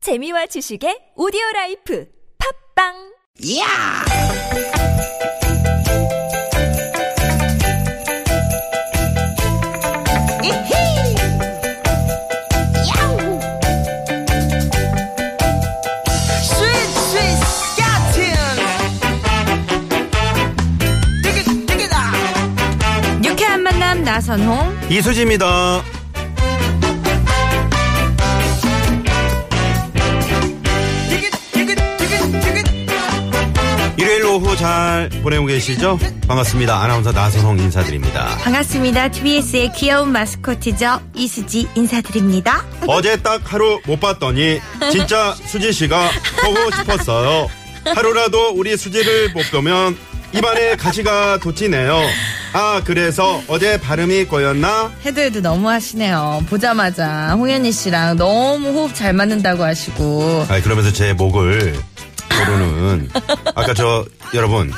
재미와 지식의 오디오 라이프 팝빵 이야! 이히! 야우! 스윗, 스윗, 스카틴! 띠깃, 띠깃아! 유쾌한 만남 나선홍. 이수지입니다. 띠깃, 띠깃, 띠깃, 띠깃. 일요일 오후 잘 보내고 계시죠? 반갑습니다. 아나운서 나선홍 인사드립니다. 반갑습니다. TBS의 귀여운 마스코트죠. 이수지 인사드립니다. 어제 딱 하루 못 봤더니 진짜 수지 씨가 보고 싶었어요. 하루라도 우리 수지를 못 보면 입안에 가시가 돋지네요. 아 그래서 어제 발음이 꼬였나? 해도 해도 너무 하시네요. 보자마자 홍현희 씨랑 너무 호흡 잘 맞는다고 하시고. 아 그러면서 제 목을 조르는 아까 저 여러분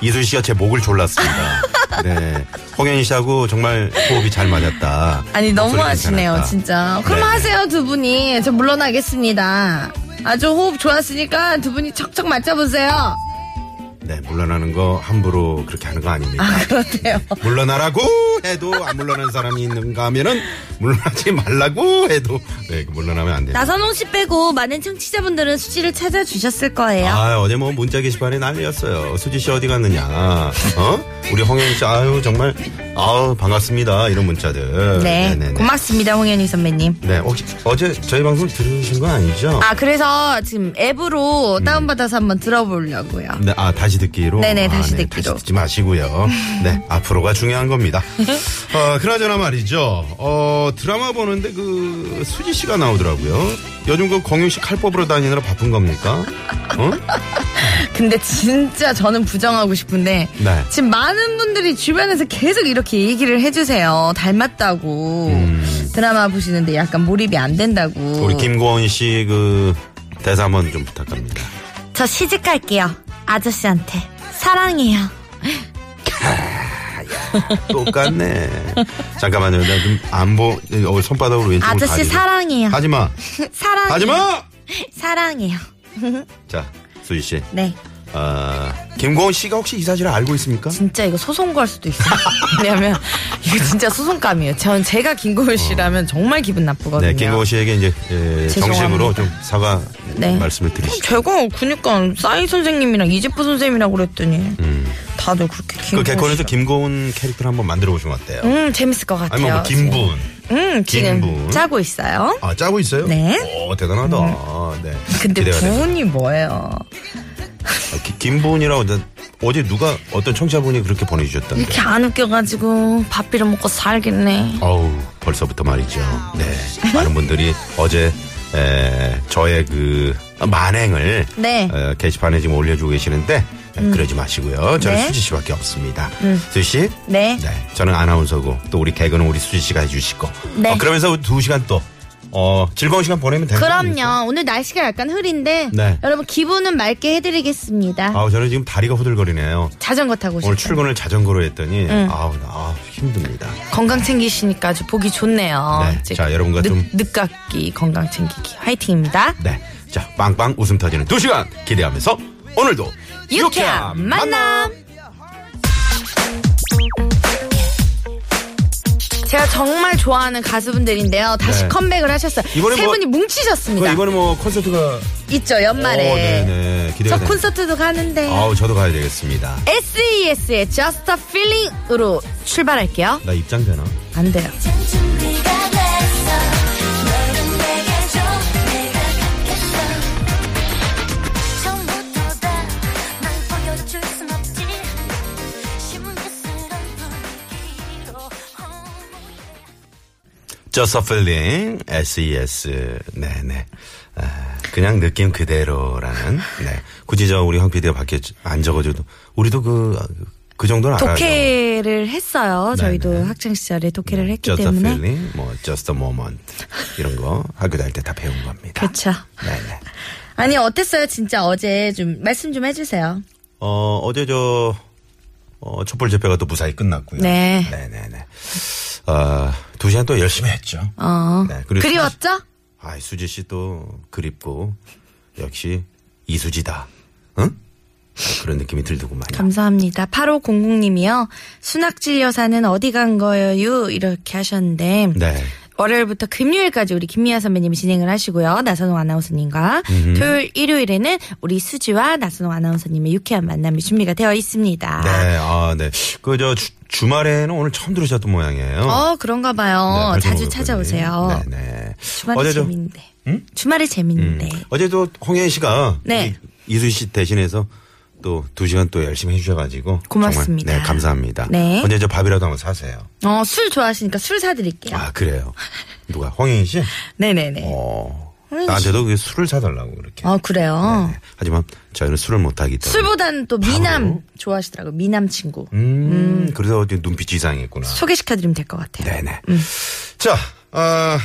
이수지 씨가 제 목을 졸랐습니다. 네. 홍현희 씨하고 정말 호흡이 잘 맞았다. 아니 너무 목소리 하시네요 괜찮았다. 진짜. 그럼 네. 하세요 두 분이. 저 물러나겠습니다. 아주 호흡 좋았으니까 두 분이 척척 맞춰보세요. 네, 물러나는 거 함부로 그렇게 하는 거 아닙니다. 아 그렇대요. 물러나라고 해도 안 물러나는 사람이 있는가 하면은 물러나지 말라고 해도 네, 그 물러나면 안 됩니다. 나선홍 씨 빼고 많은 청취자분들은 수지를 찾아주셨을 거예요. 아, 어제 뭐 문자 게시판에 난리였어요. 수지 씨 어디 갔느냐? 어? 우리 홍현 씨 아유 정말 아우 반갑습니다. 이런 문자들. 네. 네네네. 고맙습니다 홍현희 선배님. 네, 혹시 어제 저희 방송 들으신 거 아니죠? 아 그래서 지금 앱으로 음. 다운받아서 한번 들어보려고요. 네, 아, 다시 듣기로. 네네, 아, 다시 듣기로. 다시 듣지 마시고요. 네, 앞으로가 중요한 겁니다. 어, 그나저나 말이죠. 어, 드라마 보는데 그, 수지 씨가 나오더라고요. 요즘 그 공유씨 칼 뽑으러 다니느라 바쁜 겁니까? 어? 근데 진짜 저는 부정하고 싶은데 네. 지금 많은 분들이 주변에서 계속 이렇게 얘기를 해주세요. 닮았다고 드라마 보시는데 약간 몰입이 안 된다고. 음. 우리 김고원 씨 그, 대사 한번 좀 부탁합니다. 저 시집 갈게요. 아저씨한테 사랑해요. 똑같네. 잠깐만요. 나 좀 안 보, 어, 손바닥으로 왼쪽으로 아저씨 가리고. 사랑해요. 하지마. 사랑. 하지마! 사랑해요. 자, 수지 씨. 네. 아, 김고원 씨가 혹시 이 사실을 알고 있습니까? 진짜 이거 소송 걸 수도 있어요. 왜냐면 이거 진짜 소송감이에요. 전 제가 김고은 씨라면 정말 기분 나쁘거든요. 네, 김고호 씨에게 이제 예, 정식으로 좀 사과 네. 말씀을 드리시죠. 제가 그니까 싸이 선생님이랑 이재포 선생님이라고 그랬더니 다들 그렇게 그 김고은 개콘에서 씨라고. 김고은 캐릭터를 한번 만들어 보시면 어때요? 음 재밌을 것 같아요. 아니면 뭐 김분. 음 지금 김분. 짜고 있어요. 아, 짜고 있어요? 네. 음. 오, 대단하다. 네. 근데 기대가 됩니다. 분이 뭐예요? 아, 기- 김분이라고 나- 어제 누가 어떤 청취자분이 그렇게 보내주셨던데. 이렇게 안 웃겨가지고 밥 비려 먹고 살겠네. 어우, 벌써부터 말이죠. 네. 많은 분들이 어제 에, 저의 그 만행을 네. 음. 어, 게시판에 지금 올려주고 계시는데 네, 그러지 마시고요. 저는 네. 수지 씨밖에 없습니다. 수지 씨? 네. 네. 저는 아나운서고 또 우리 개그는 우리 수지 씨가 해주시고. 네. 어, 그러면서 두 시간 또 어, 즐거운 시간 보내면 되는 거니까. 그럼요. 오늘 날씨가 약간 흐린데 네. 여러분 기분은 맑게 해드리겠습니다. 아우 저는 지금 다리가 후들거리네요. 자전거 타고 오셨어요. 오늘 출근을 자전거로 했더니 음. 아우 아 힘듭니다. 건강 챙기시니까 아주 보기 좋네요. 네, 이제 자, 여러분과 늦, 좀- 늦깎이 건강 챙기기 화이팅입니다. 네. 자 빵빵 웃음 터지는 두 시간 기대하면서 오늘도 유쾌한 만남. 제가 정말 좋아하는 가수분들인데요. 다시 네. 컴백을 하셨어요. 이번에 세 뭐- 분이 그 뭉치셨습니다. 이번에 뭐 콘서트가 있죠 오, 연말에. 어, 네네 기대가 저 됩니다. 콘서트도 가는데 아우 저도 가야 되겠습니다. SES의 Just a Feeling으로 출발할게요. 나 입장 되나? 안 돼요. 처음부터 다날 보여줄 순 없지 시무스런 분위기로 Just a feeling, SES. 네네. 아, 그냥 느낌 그대로라는. 네. 굳이 저 우리 황 PD가 밖에 안 적어줘도 우리도 그, 그 정도는 알아요. 독해를 했어요. 네, 저희도 네. 학창 시절에 독해를 했기 Just a 때문에. feeling, 뭐, just a moment. 이런 거 학교 다닐 때 다 배운 겁니다. 그렇죠. 네네. 아니 어땠어요? 진짜 어제 좀 말씀 좀 해주세요. 어, 어제 저, 어, 촛불 집회가 또 무사히 끝났고요. 네. 네네네. 어, 두 시간 또 열심히 했죠. 어. 네, 그리고 그리웠죠? 아, 수지 씨 또 그립고 역시 이수지다. 응? 네, 그런 느낌이 들더구만. 감사합니다. 8500님이요. 순학질 여사는 어디 간 거예요? 이렇게 하셨는데. 네. 월요일부터 금요일까지 우리 김미아 선배님이 진행을 하시고요. 나선홍 아나운서님과 토요일, 일요일에는 우리 수지와 나선홍 아나운서님의 유쾌한 만남이 준비가 되어 있습니다. 네, 아, 네. 그, 저, 주, 주말에는 오늘 처음 들으셨던 모양이에요. 어, 그런가 봐요. 네, 자주 발성호 찾아오세요. 교수님. 네, 네. 주말에 어제 저- 재밌는데. 주말에 재밌는데. 어제도 홍현 씨가 네. 이- 이수 씨 대신해서 또 두 시간 또 열심히 해주셔가지고 고맙습니다. 정말, 네, 감사합니다. 네. 언제 저 밥이라도 한번 사세요. 어, 술 좋아하시니까 술 사드릴게요. 음. 아 그래요. 누가 홍현 씨? 네네네. 어. 홍현 씨. 나한테도 그 술을 사달라고 그렇게. 아, 그래요? 네. 하지만 저희는 술을 못 하기 때문에. 술보다는 또 미남 좋아하시더라고요. 미남 친구. 음, 그래서 어디 눈빛이 이상했구나. 소개시켜드리면 될 것 같아요. 네네. 자, 아,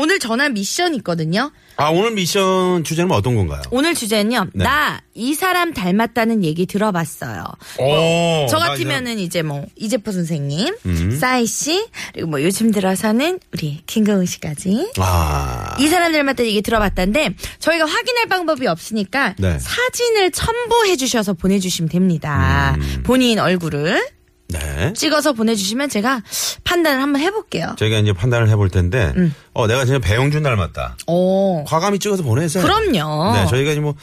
오늘 전화 미션 있거든요. 아 오늘 미션 주제는 어떤 건가요? 오늘 주제는요. 네. 나 이 사람 닮았다는 얘기 들어봤어요. 오, 저 나 음. 같으면은 이제 뭐 이재포 선생님, 싸이 씨, 그리고 뭐 요즘 들어서는 우리 김가은 씨까지. 이제- 아, 이 사람 닮았다는 얘기 들어봤다는데 저희가 확인할 방법이 없으니까 네. 사진을 첨부해 주셔서 보내주시면 됩니다. 음. 본인 얼굴을 네. 찍어서 보내주시면 제가 판단을 한번 해볼게요. 저희가 이제 판단을 해볼 텐데, 음. 어, 내가 진짜 배용준 닮았다. 오. 과감히 찍어서 보내세요. 그럼요. 네, 저희가 이제 뭐,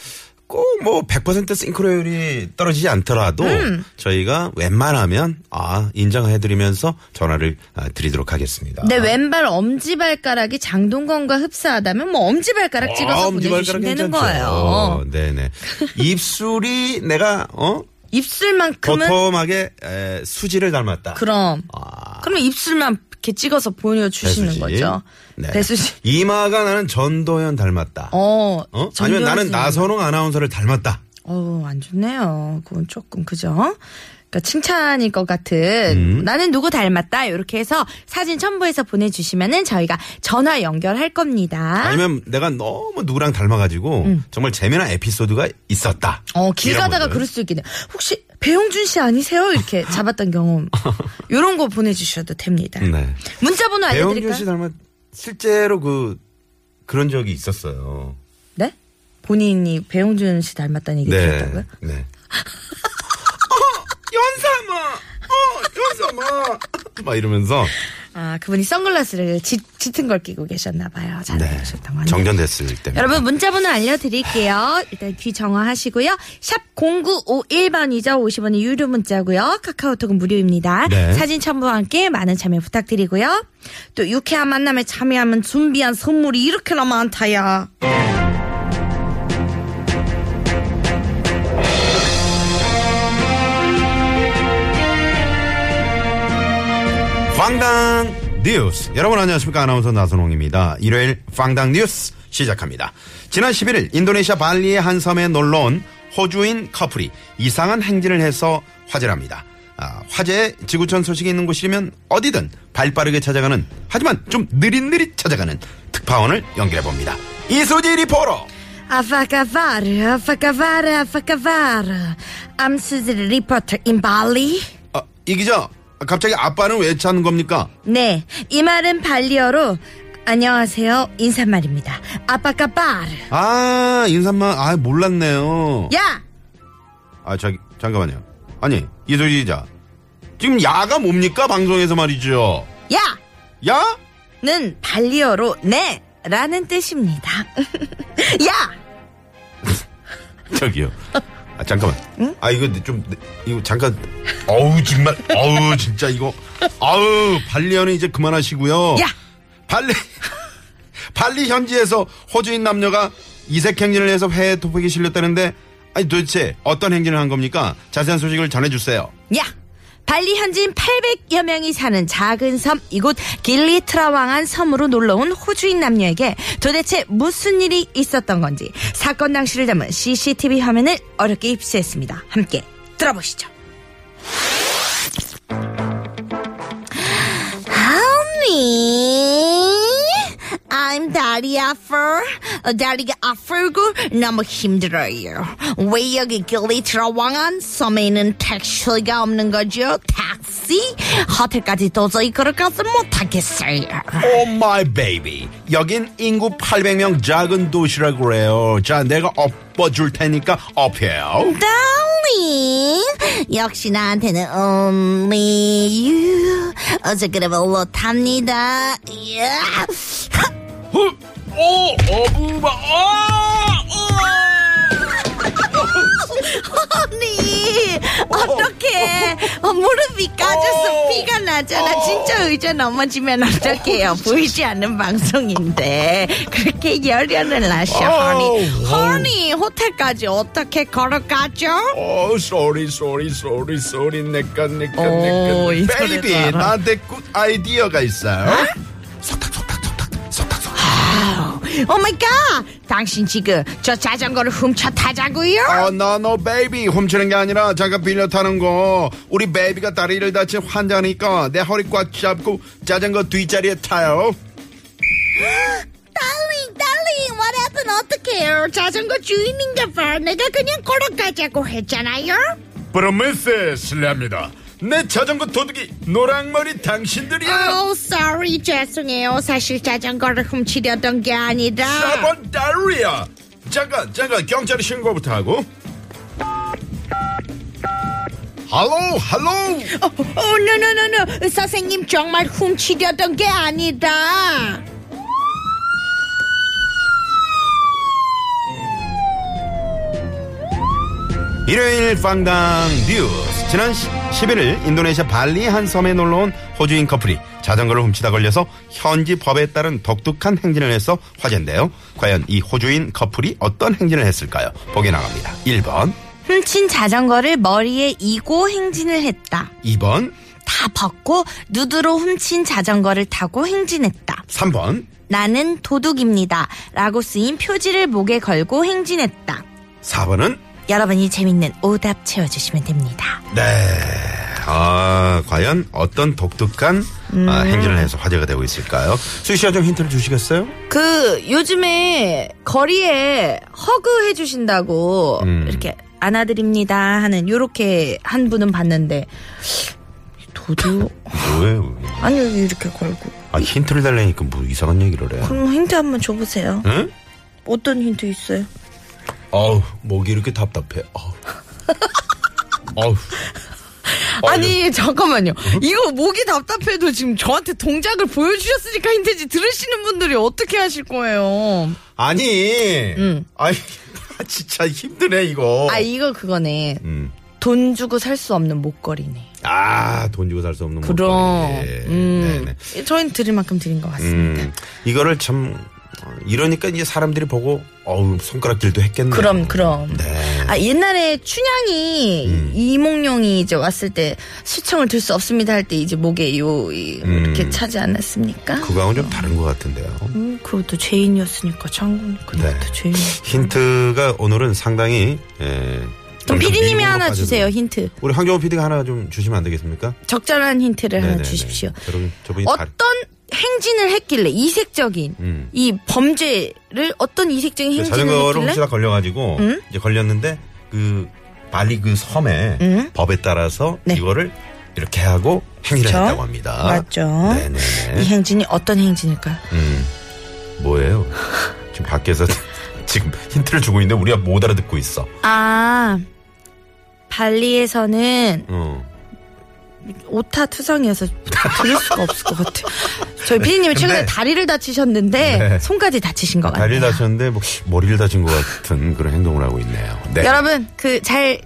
꼭 뭐, 100% 싱크로율이 떨어지지 않더라도, 음. 저희가 웬만하면, 아, 인정해드리면서 전화를 아, 드리도록 하겠습니다. 내 왼발 엄지발가락이 장동건과 흡사하다면 뭐 엄지발가락 찍어서 보내주시면 되는 거예요. 어, 네네. 입술이 내가, 어? 입술만큼은 도톰하게 에, 수지를 닮았다. 그럼 아. 그러면 입술만 이렇게 찍어서 보여주시는 배수지. 거죠. 네. 배수지. 이마가 나는 전도연 닮았다. 어. 어? 아니면 나는 정경진. 나선홍 아나운서를 닮았다. 어, 안 좋네요. 그건 조금 그죠? 그러니까 칭찬일 것 같은 음. 나는 누구 닮았다 이렇게 해서 사진 첨부해서 보내주시면은 저희가 전화 연결할 겁니다. 아니면 내가 너무 누구랑 닮아가지고 정말 재미난 에피소드가 있었다. 음. 어, 길 이런 가다가 분들. 그럴 수 있겠네요. 혹시 배용준 씨 아니세요? 이렇게 잡았던 경험. 요런 거 보내주셔도 됩니다. 네. 문자 번호 배용준 알려드릴까요? 씨 닮아 실제로 그 그런 적이 있었어요. 네? 본인이 배용준 씨 닮았다는 얘기 들었다고요? 네. 어, 연삼아, 어, 연삼아, 막 이러면서 아, 그분이 선글라스를 짙, 짙은 걸 끼고 계셨나봐요. 잘 네. 보셨던 거 아니에요? 정전됐을 때. 여러분 문자번호 알려드릴게요. 일단 귀 정화하시고요. 샵 0951번이죠. 50원의 유료 문자고요. 카카오톡은 무료입니다. 네. 사진 첨부와 함께 많은 참여 부탁드리고요. 또 유쾌한 만남에 참여하면 준비한 선물이 이렇게나 많다야. 황당 뉴스. 여러분 안녕하십니까. 아나운서 나선홍입니다. 일요일 황당 뉴스 시작합니다. 지난 11일 인도네시아 발리의 한 섬에 놀러 온 호주인 커플이 이상한 행진을 해서 화제랍니다. 아, 화제에 지구촌 소식이 있는 곳이면 어디든 발 빠르게 찾아가는 하지만 좀 느릿느릿 찾아가는 특파원을 연결해 봅니다. 이수지 리포터. 아파카바르 아파카바르 아파카바르 암수지 리포터 인 발리 아, 이 기자 갑자기 아빠는 왜 찾는 겁니까? 네, 이 말은 발리어로 안녕하세요 인사말입니다. 아파카바르 아 인사만 아 몰랐네요. 야! 아, 저기, 잠깐만요. 아니, 이소희 기자. 지금 야가 뭡니까? 방송에서 말이죠. 야! 야? 는 발리어로 네! 라는 뜻입니다. 야! 저기요. 아, 잠깐만. 아, 이거 좀, 이거 잠깐. 어우, 정말. 어우, 진짜 이거. 아우, 발리어는 이제 그만하시고요. 야! 발리, 발리 현지에서 호주인 남녀가 이색 행진을 해서 해외 토픽이 실렸다는데, 아니, 도대체 어떤 행진을 한 겁니까? 자세한 소식을 전해주세요. 야! 발리 현지인 800여 명이 사는 작은 섬 이곳 길리트라왕한 섬으로 놀러온 호주인 남녀에게 도대체 무슨 일이 있었던 건지 사건 당시를 담은 CCTV 화면을 어렵게 입수했습니다. 함께 들어보시죠. Help me. I I'm 다리 아파. 어, 다리가 아프고 너무 힘들어요. 왜 여기 길이 들어와간 섬에는 택시가 없는 거죠? 택시? 호텔까지 도저히 걸어가서 못하겠어요. Oh my baby. 여긴 인구 800명 작은 도시라고 그래요. 자, 내가 엎어줄 테니까 엎혀요. Darling, 역시 나한테는 only you. 어제 그래도 못합니다. Yeah. 오, 어, 어부바, 아! 언니, 어떡해. 어, 무릎이 까져서 어. 피가 나잖아. 진짜 의자 넘어지면 어떡해요. 보이지 않는 네, 방송인데. 그렇게 열연을 하셔, 허니. 어. 허니, 호텔까지 어떻게 걸어가죠? 어, sorry, sorry, sorry, sorry, 내가, 내가, 오, 이 내가. 소리도 Baby, 알아. 나한테 굿 아이디어가 있어. 오 마이 갓! Oh 당신 지금 저 자전거를 훔쳐 타자고요? 어, no, no, baby. 훔치는 게 아니라 잠깐 빌려 타는 거. 우리 베이비가 다리를 다친 환자니까 내 허리 꽉 잡고 자전거 뒷자리에 타요. 달링 달링 what happened 어떡해요 자전거 주인인가 봐 내가 그냥 걸어가자고 했잖아요 브로메스 실례합니다. 내 자전거 도둑이 노랑머리 당신들이야. oh sorry 죄송해요 사실 자전거를 훔치려던 게 아니라 사번 다리야. 잠깐 잠깐 경찰에 신고부터 하고. 할로 할로. 어, 어, no, no, no, no. 선생님 정말 훔치려던 게 아니다. 일요일 빵당 뉴스. 지난 11일 인도네시아 발리 한 섬에 놀러온 호주인 커플이 자전거를 훔치다 걸려서 현지 법에 따른 독특한 행진을 해서 화제인데요. 과연 이 호주인 커플이 어떤 행진을 했을까요? 보기 나갑니다. 1번, 훔친 자전거를 머리에 이고 행진을 했다. 2번, 다 벗고 누드로 훔친 자전거를 타고 행진했다. 3번, 나는 도둑입니다. 라고 쓰인 표지를 목에 걸고 행진했다. 4번은 여러분이 재밌는 오답 채워주시면 됩니다. 네. 아, 과연 어떤 독특한 아, 행진을 해서 화제가 되고 있을까요? 수희 씨가 좀 힌트를 주시겠어요? 그 요즘에 거리에 허그 해주신다고 음. 이렇게 안아드립니다 하는 요렇게 한 분은 봤는데 도둑 뭐예요? 아니 여기 이렇게 걸고 아, 힌트를 달라니까 뭐 이상한 얘기를 해. 그럼 힌트 한번 줘보세요. 응? 어떤 힌트 있어요? 어우 목이 이렇게 답답해. 어우. 어우. 아니 잠깐만요. 이거 목이 답답해도 지금 저한테 동작을 보여주셨으니까 힌트지 들으시는 분들이 어떻게 하실 거예요? 아니. 아이 진짜 힘드네 이거. 아 이거 그거네. 음. 돈 주고 살 수 없는 목걸이네. 아, 돈 주고 살 수 없는 그럼. 물건이네. 예. 음. 네네. 저희는 드릴 만큼 드린 것 같습니다. 음. 이거를 참 어, 이러니까 이제 사람들이 보고 어우, 손가락질도 음. 했겠네. 그럼 그럼. 네. 음. 아 옛날에 춘향이 이몽룡이 이제 왔을 때 시청을 들 수 없습니다 할 때 이제 목에 요 이- 이렇게 음. 차지 않았습니까? 그거하고는 좀 다른 것 같은데요. 음, 그것도 죄인이었으니까 장군 그것도 네. 죄인. 힌트가 오늘은 상당히 에, 그럼 피디님이 미궁으로 하나 빠져들고. 주세요 힌트. 우리 황정호 PD가 하나 좀 주시면 안 되겠습니까? 적절한 힌트를 하나 네네네. 주십시오. 저분, 저분이 잘. 어떤 행진을 했길래 이색적인 음. 이 범죄를 어떤 이색적인 그 행진을 자전거를 했길래 훔치다 걸려가지고 이제 걸렸는데 그 발리 그 섬에 법에 따라서 이거를 이렇게 하고 행위를 네. 그쵸? 했다고 합니다. 맞죠. 이 네네네. 행진이 어떤 행진일까요? 음. 뭐예요? 지금 밖에서 지금 힌트를 주고 있는데 우리가 못 알아듣고 있어. 아 발리에서는 어. 오타 투성이어서 들을 수가 없을 것 같아. 저희 피디님이 최근에 근데- 다리를 다치셨는데 네. 손까지 다치신 것 같아요. 다리를 다쳤는데 뭐 머리를 다친 것 같은 그런 행동을 하고 있네요. 네. 여러분 그 잘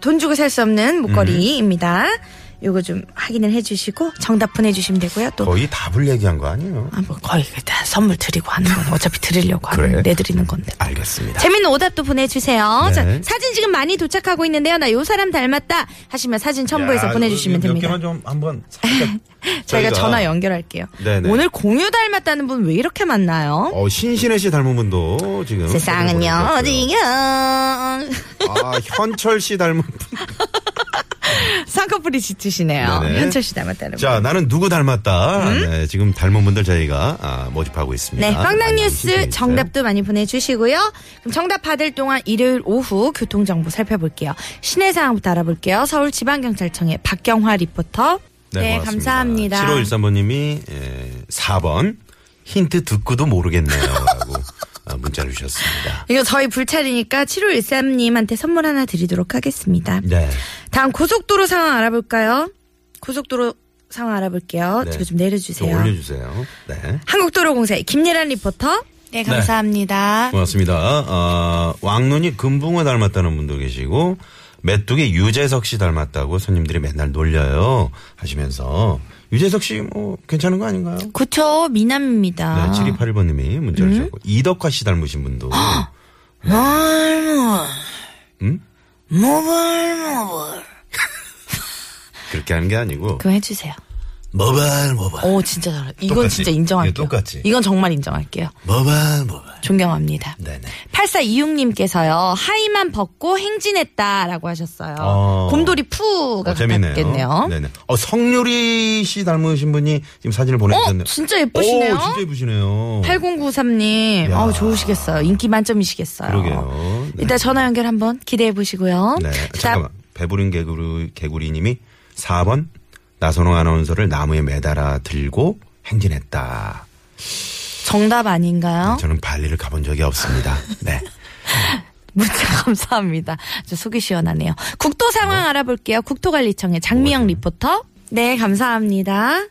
돈 주고 살 수 없는 목걸이입니다. 음. 요거 좀 확인을 해주시고 정답 보내주시면 되고요. 또 거의 답을 얘기한 거 아니에요? 아, 뭐 거의 다 선물 드리고 하는 건 어차피 드리려고 그래? 하는 내드리는 건데. 알겠습니다. 재밌는 오답도 보내주세요. 네. 자, 사진 지금 많이 도착하고 있는데요. 나 요 사람 닮았다 하시면 사진 첨부해서 야, 보내주시면 몇 됩니다. 개만 좀 한번 살짝 저희가 저희가- 전화 연결할게요. 네네. 오늘 공유 닮았다는 분 왜 이렇게 많나요? 어, 신신혜 씨 닮은 분도 지금 세상은요, 보내주셨고요. 오징어. 아 현철 씨 닮은 분 쌍꺼풀이 짙으시네요. 네네. 현철 씨 닮았다는 분. 자, 나는 누구 닮았다. 네, 지금 닮은 분들 저희가 아, 모집하고 있습니다. 음? 네, 많은 빵당 신청이 뉴스 있어요. 정답도 많이 보내주시고요. 그럼 정답 받을 동안 일요일 오후 교통 정보 살펴볼게요. 시내 상황부터 알아볼게요. 서울지방경찰청의 박경화 리포터. 네, 고맙습니다. 감사합니다. 7513번님이 예, 4번 힌트 듣고도 모르겠네요라고 아, 문자를 주셨습니다. 이거 저희 불찰이니까 7513님한테 선물 하나 드리도록 하겠습니다. 네, 다음 고속도로 상황 알아볼까요? 고속도로 상황 알아볼게요. 네. 저거 좀좀 내려주세요. 올려주세요. 네, 한국도로공사의 김예란 리포터. 네, 감사합니다. 고맙습니다. 아, 왕눈이 금붕어 닮았다는 분도 계시고 메뚜기 유재석 씨 닮았다고 손님들이 맨날 놀려요 하시면서 유재석 씨 뭐 괜찮은 거 아닌가요? 그쵸, 미남입니다. 네, 7281번님이 문자를 음? 주셨고 이덕화 씨 닮으신 분도 아, 음? 모발, 모발. 그렇게 하는 게 아니고 그거 해주세요. 모발 모발 오, 진짜 잘해. 이건 똑같이. 진짜 인정할게요. 예, 똑같이. 이건 정말 인정할게요. 모발 모발 존경합니다. 네네 어, 8426님께서요, 하의만 벗고 행진했다라고 하셨어요. 어. 곰돌이 푸가 어, 재밌네요. 같았겠네요. 네네. 어, 성유리 씨 닮으신 분이 지금 사진을 보내주셨네요. 어, 진짜 예쁘시네요. 오, 진짜 예쁘시네요. 8093님, 야. 아우, 좋으시겠어요. 인기 만점이시겠어요. 그러게요. 네. 이따 전화 연결 한번 기대해 보시고요. 네. 잠깐만. 배부른 개구리, 개구리님이 4번 나선홍 아나운서를 나무에 매달아 들고 행진했다. 정답 아닌가요? 저는 발리를 가본 적이 없습니다. 네. 문자 감사합니다. 저 속이 시원하네요. 국토 상황 알아볼게요. 국토관리청의 장미영 리포터. 네, 감사합니다.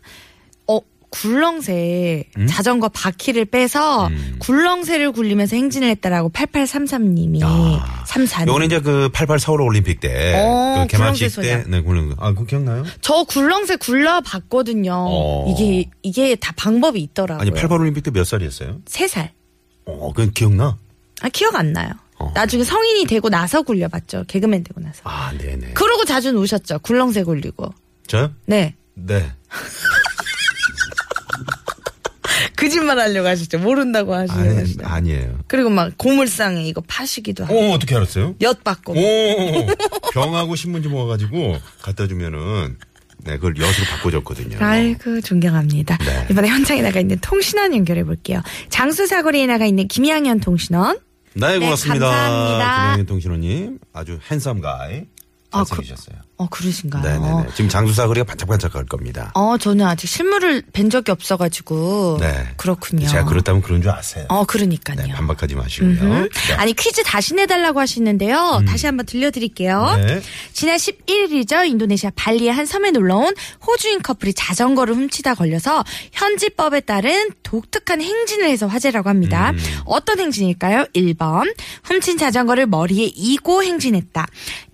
어, 굴렁쇠 음? 자전거 바퀴를 빼서 굴렁쇠를 굴리면서 행진을 했다라고 8833님이 아. 34님. 요거는 이제 그 88 서울 올림픽 때. 어, 그 개막식 구렁쇠 때. 소녀. 네, 구렁 아, 그거 기억나요? 저 굴렁쇠 굴러봤거든요. 어. 이게 이게 다 방법이 있더라고요. 아니, 88 올림픽 때 몇 살이었어요? 3살. 어, 그건 기억나? 아, 기억 안 나요. 어. 나중에 성인이 되고 나서 굴려봤죠. 개그맨 되고 나서. 아, 네네. 그러고 자주 노셨죠. 굴렁쇠 굴리고. 저요? 네. 네. 거짓말 하려고 하시죠. 모른다고 하시는 아니, 거죠. 아니에요. 그리고 막 고물상에 이거 파시기도 하고. 오, 어떻게 알았어요? 엿 받고. 오, 병하고 신문지 모아가지고 갖다 주면은, 네, 그걸 엿으로 바꿔줬거든요. 아이고 존경합니다. 네. 이번에 현장에 나가 있는 통신원 연결해 볼게요. 장수 사거리에 나가 있는 김양현 통신원. 네, 고맙습니다. 감사합니다. 김영현 통신호님, 아주 핸섬 가이. 아, 잘생기셨어요. 어 그러신가요? 네네네. 지금 장수사거리가 반짝반짝 할 겁니다. 어 저는 아직 실물을 뵌 적이 없어가지고 네. 그렇군요. 제가 그렇다면 그런 줄 아세요. 어 그러니까요. 네, 반박하지 마시고요. 네. 음. 음. 아니 퀴즈 다시 내달라고 하시는데요. 다시 한번 들려드릴게요. 네. 지난 11일이죠. 인도네시아 발리의 한 섬에 놀러온 호주인 커플이 자전거를 훔치다 걸려서 현지법에 따른 독특한 행진을 해서 화제라고 음. 합니다. 어떤 행진일까요? 1번 훔친 자전거를 머리에 이고 행진했다.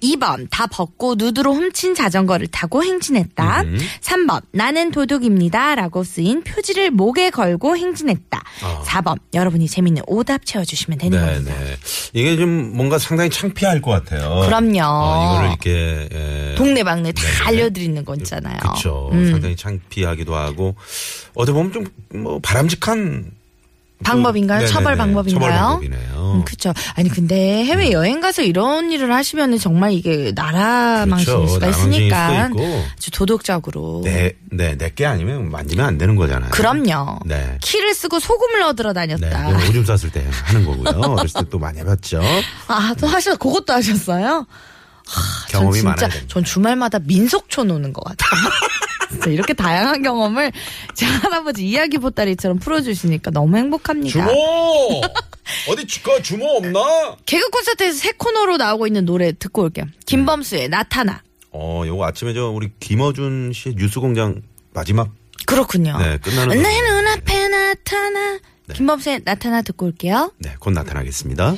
2번 다 벗고 누드로 훔친 자전거를 타고 행진했다. 3번 나는 도둑입니다. 라고 쓰인 표지를 목에 걸고 행진했다. 아. 4번 여러분이 재밌는 오답 채워주시면 되는 네, 겁니다. 네. 이게 좀 뭔가 상당히 창피할 것 같아요. 그럼요. 어, 이거를 이렇게 예. 동네방네 다 알려드리는 거 있잖아요. 그렇죠. 음. 상당히 창피하기도 하고 어떻게 보면 좀 뭐 바람직한 그- 방법인가요? 네네네. 처벌 방법인가요? 처벌 방법이네요. 음, 그쵸. 아니, 근데 해외 여행 가서 이런 일을 하시면 정말 이게 나라 망신일 수가 나라망신일 있으니까. 수도 있고. 아주 도덕적으로. 내, 네, 내게 아니면 만지면 안 되는 거잖아요. 그럼요. 네. 키를 쓰고 소금을 얻으러 네, 다녔다. 이건 오줌 쌌을 때 하는 거고요. 어렸을 때 또 많이 해봤죠. 아, 또 하셨, 그것도 하셨어요? 아, 경험이 전 진짜 많아야 됩니다. 전 주말마다 민속촌 오는 것 같아요. 진짜 이렇게 다양한 경험을 제 할아버지 이야기 보따리처럼 풀어주시니까 너무 행복합니다. 주모! 어디 주가 주모 없나? 개그 콘서트에서 새 코너로 나오고 있는 노래 듣고 올게요. 김범수의 나타나. 어, 요거 아침에 저 우리 김어준 씨의 뉴스공장 마지막 그렇군요. 네, 끝나는 네. 내 거죠. 눈앞에 나타나. 김범수의 나타나 듣고 올게요. 네, 곧 나타나겠습니다.